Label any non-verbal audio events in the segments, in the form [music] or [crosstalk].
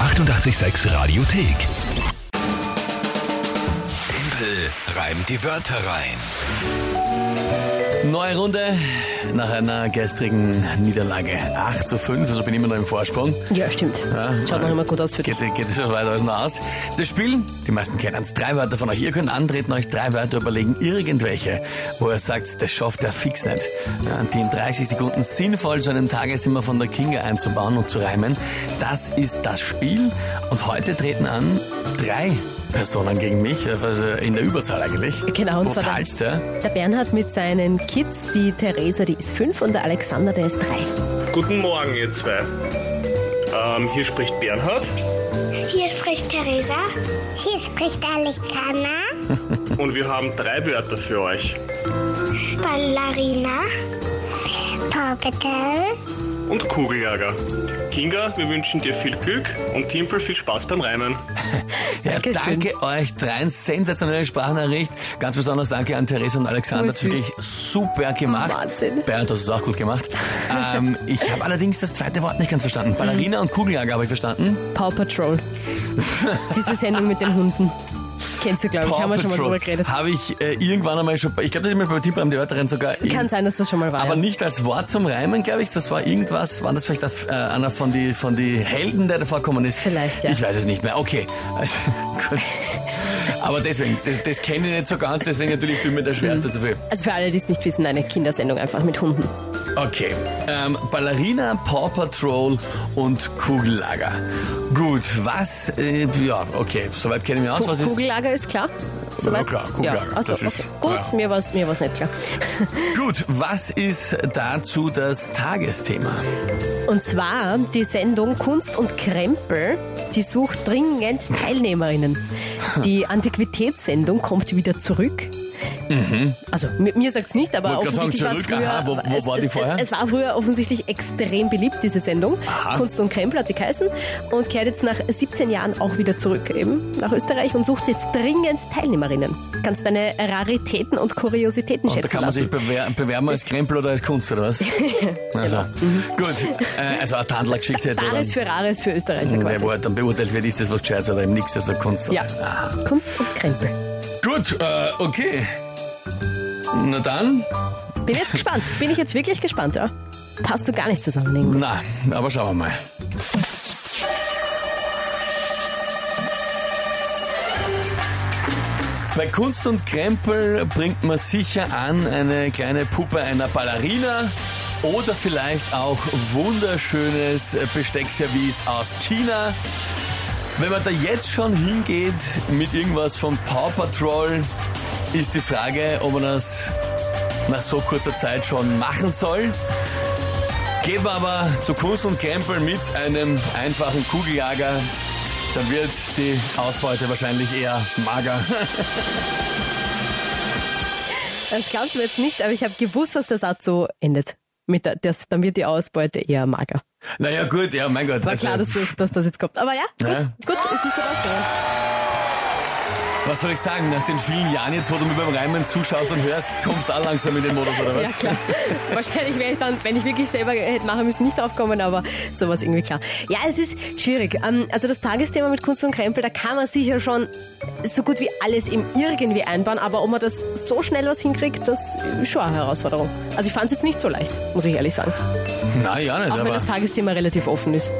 886 Radiothek. Tempel reimt die Wörter rein. Neue Runde nach einer gestrigen Niederlage. 8 zu 5, also bin ich immer noch im Vorsprung. Ja, stimmt. Ah, Schaut noch immer gut aus für dich. Geht, geht sich schon weiter als noch aus. Das Spiel, die meisten kennen es, drei Wörter von euch. Ihr könnt antreten, euch drei Wörter überlegen, irgendwelche, wo ihr sagt, das schafft er fix nicht. Ja, die in 30 Sekunden sinnvoll zu einem Tagesthema von der Kinga einzubauen und zu reimen. Das ist das Spiel. Und heute treten an drei Personen gegen mich, also in der Überzahl eigentlich. Genau, und zwar dann- Brutalste. Der Bernhard mit seinen Kids, die Theresa, die ist fünf und der Alexander, der ist drei. Guten Morgen, ihr zwei. Ähm, hier spricht Bernhard Hier spricht Theresa. Hier spricht Alexander. und wir haben drei Wörter für euch. Ballerina. Paw Patrol. Und Kugeljäger. Kinga, wir wünschen dir viel Glück und Timpel viel Spaß beim Reimen. Ja, Dankeschön. danke euch dreien. Sensationelle Sprachnachricht. Ganz besonders danke an Therese und Alexander. Oh, Das süß. wirklich super gemacht. Wahnsinn. Bernd, das ist auch gut gemacht. ähm, ich habe allerdings das zweite Wort nicht ganz Mhm. verstanden. Ballerina und Kugeljagd habe ich verstanden. Paw [laughs] Patrol. Diese Sendung mit den Hunden. Kennst du, glaube ich, haben wir schon mal drüber geredet. habe ich äh, irgendwann einmal schon. Ich glaube, das ist mir bei Tipp am Wörterin sogar. Kann sein, dass das schon mal war. aber ja. nicht als Wort zum Reimen, glaube ich. Das war irgendwas, war das vielleicht äh, einer von die, von die Helden, der da vorkommen ist? Vielleicht, ja. Ich weiß es nicht mehr. Okay. Also, [laughs] gut. Aber deswegen, das, das kenne ich nicht so ganz, deswegen natürlich bin mir der Schwerste zu viel. Also für alle, die es nicht wissen, eine Kindersendung einfach mit Hunden. Okay. Ähm, Ballerina, Paw Patrol und Kugellager. Gut, was, äh, ja, okay, soweit kenne ich mich aus. Ku- Was ist, Kugellager ist klar? Ja, klar, Kugellager, Ja, also, das ist- okay. Gut, ja. mir war es mir war's nicht klar. gut, was ist dazu das Tagesthema? Und zwar die Sendung Kunst und Krempel, die sucht dringend Teilnehmerinnen. [laughs] Die Antiquitätssendung kommt wieder zurück. Also mi- mir sagt's nicht, aber Mhm. Wollte grad sagen, offensichtlich war es zurück, früher. aha, wo- wo es, war die es- vorher? Es war früher offensichtlich extrem beliebt, diese Sendung. Kunst und Krempel hat die geheißen und kehrt jetzt nach 17 Jahren auch wieder zurück, eben nach Österreich und sucht jetzt dringend Teilnehmerinnen. Kannst deine Raritäten und Kuriositäten Und schätzen da kann man lassen. genau. sich bewer bewerben als Krempel oder als Kunst oder [laughs] was? Also, gut. Äh, also eine Tandlergeschichte hätte Rares dann, für Rares Mhm. für Österreicher der, quasi. wo halt dann beurteilt wird, ist das was Gescheites oder eben nichts, also Kunst. Ja, Aha. Kunst und Krempel. Gut, äh, okay. Na dann, Bin jetzt gespannt. Bin ich jetzt wirklich gespannt, ja? Passt du gar nicht zusammen irgendwie. na, aber schauen wir mal. Bei Kunst und Krempel bringt man sicher an eine kleine Puppe einer Ballerina oder vielleicht auch wunderschönes Besteckservice aus China. Wenn man da jetzt schon hingeht mit irgendwas vom Paw Patrol, ist die Frage, ob man das nach so kurzer Zeit schon machen soll. Gehen wir aber zu Kunst und Krempel mit einem einfachen Kugeljager. Dann wird die Ausbeute wahrscheinlich eher mager. [laughs] Das glaubst du jetzt nicht, aber ich habe gewusst, dass der Satz so endet. Mit der, das, dann wird die Ausbeute eher mager. Naja, gut, ja, mein Gott. War also, klar, dass, du, dass das jetzt kommt. Aber ja, gut, Ja. gut, ist nicht gut ausgegangen. was soll ich sagen? Nach den vielen Jahren jetzt, wo du mir beim Reimen zuschaust und hörst, kommst du auch langsam in den Modus, oder was? Ja, [laughs] klar. Wahrscheinlich wäre ich dann, wenn ich wirklich selber hätte machen müssen, nicht aufkommen, aber sowas irgendwie klar. Ja, es ist schwierig. Ähm, Also das Tagesthema mit Kunst und Krempel, da kann man sicher schon so gut wie alles im irgendwie einbauen, aber ob man das so schnell was hinkriegt, das ist schon eine Herausforderung. Also ich fand es jetzt nicht so leicht, muss ich ehrlich sagen. Na ja, nicht, Auch wenn aber. das Tagesthema relativ offen ist.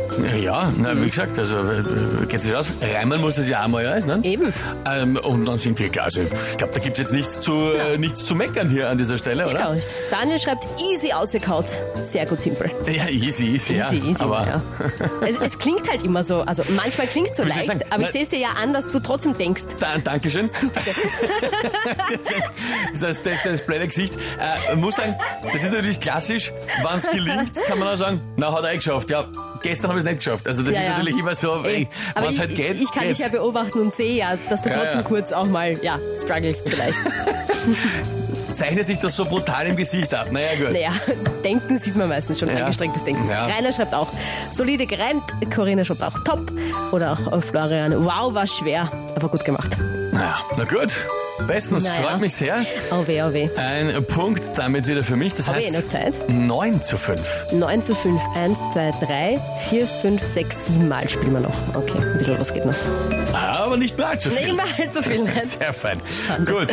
Ja, na, wie gesagt, also äh, geht sich aus. Reimen muss das ja einmal alles, ne? Eben. Ähm, und dann sind wir klar. Also, ich glaube, da gibt's jetzt nichts zu, äh, nichts zu meckern hier an dieser Stelle, Ich oder? glaube nicht. Daniel schreibt, easy ausgekaut. Sehr gut, Timpel. Ja, easy, easy, ja. Easy, easy. aber [laughs] ja. es, es klingt halt immer so. Also manchmal klingt es so Muss ich leicht, sagen, ne aber ich na- sehe es dir ja an, dass du trotzdem denkst. Da, Dankeschön. das, das, das, das blöde Gesicht. Äh, muss sagen, das ist natürlich klassisch. Wann es gelingt, kann man auch sagen, na, hat er eh geschafft. Ja, gestern habe ich es nicht geschafft. Also das Ja, ist ja. natürlich immer so, Ey, ey, aber was ich, halt geht, ich kann geht's. dich ja beobachten und sehe ja, dass du Ja, trotzdem ja. kurz auch mal, ja, [laughs] strugglest vielleicht. Zeichnet sich das so brutal im Gesicht ab. Naja, gut. naja, denken sieht man meistens schon, Ja. angestrengtes Denken. Ja. Rainer schreibt auch, solide gereimt, Corinna schreibt auch top. Oder auch äh, Florian, wow, war schwer, aber gut gemacht. Naja, na gut. Bestens, Naja. freut mich sehr. Oh weh, oh weh. Ein Punkt damit wieder für mich. Das Habe ich eh noch heißt Zeit? 9 zu 5. 9 zu 5. 1, 2, 3, 4, 5, 6, 7 Mal spielen wir noch. Okay, ein bisschen was geht noch. Aber nicht mal zu viel. Nicht mal [laughs] zu viel. Nein. Sehr fein. Gut.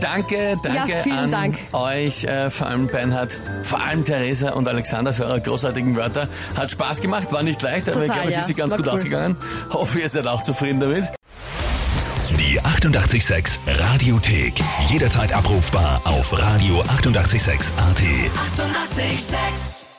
Danke, danke Ja, vielen an Dank. euch, äh, vor allem Bernhard, vor allem Theresa und Alexander für eure großartigen Wörter. Hat Spaß gemacht, war nicht leicht, aber ich Total, glaube, es ja. ist sie ganz War gut cool. ausgegangen. Hoffe, ihr seid auch zufrieden damit. Die 886 Radiothek. Jederzeit abrufbar auf radio886.at. 886! 886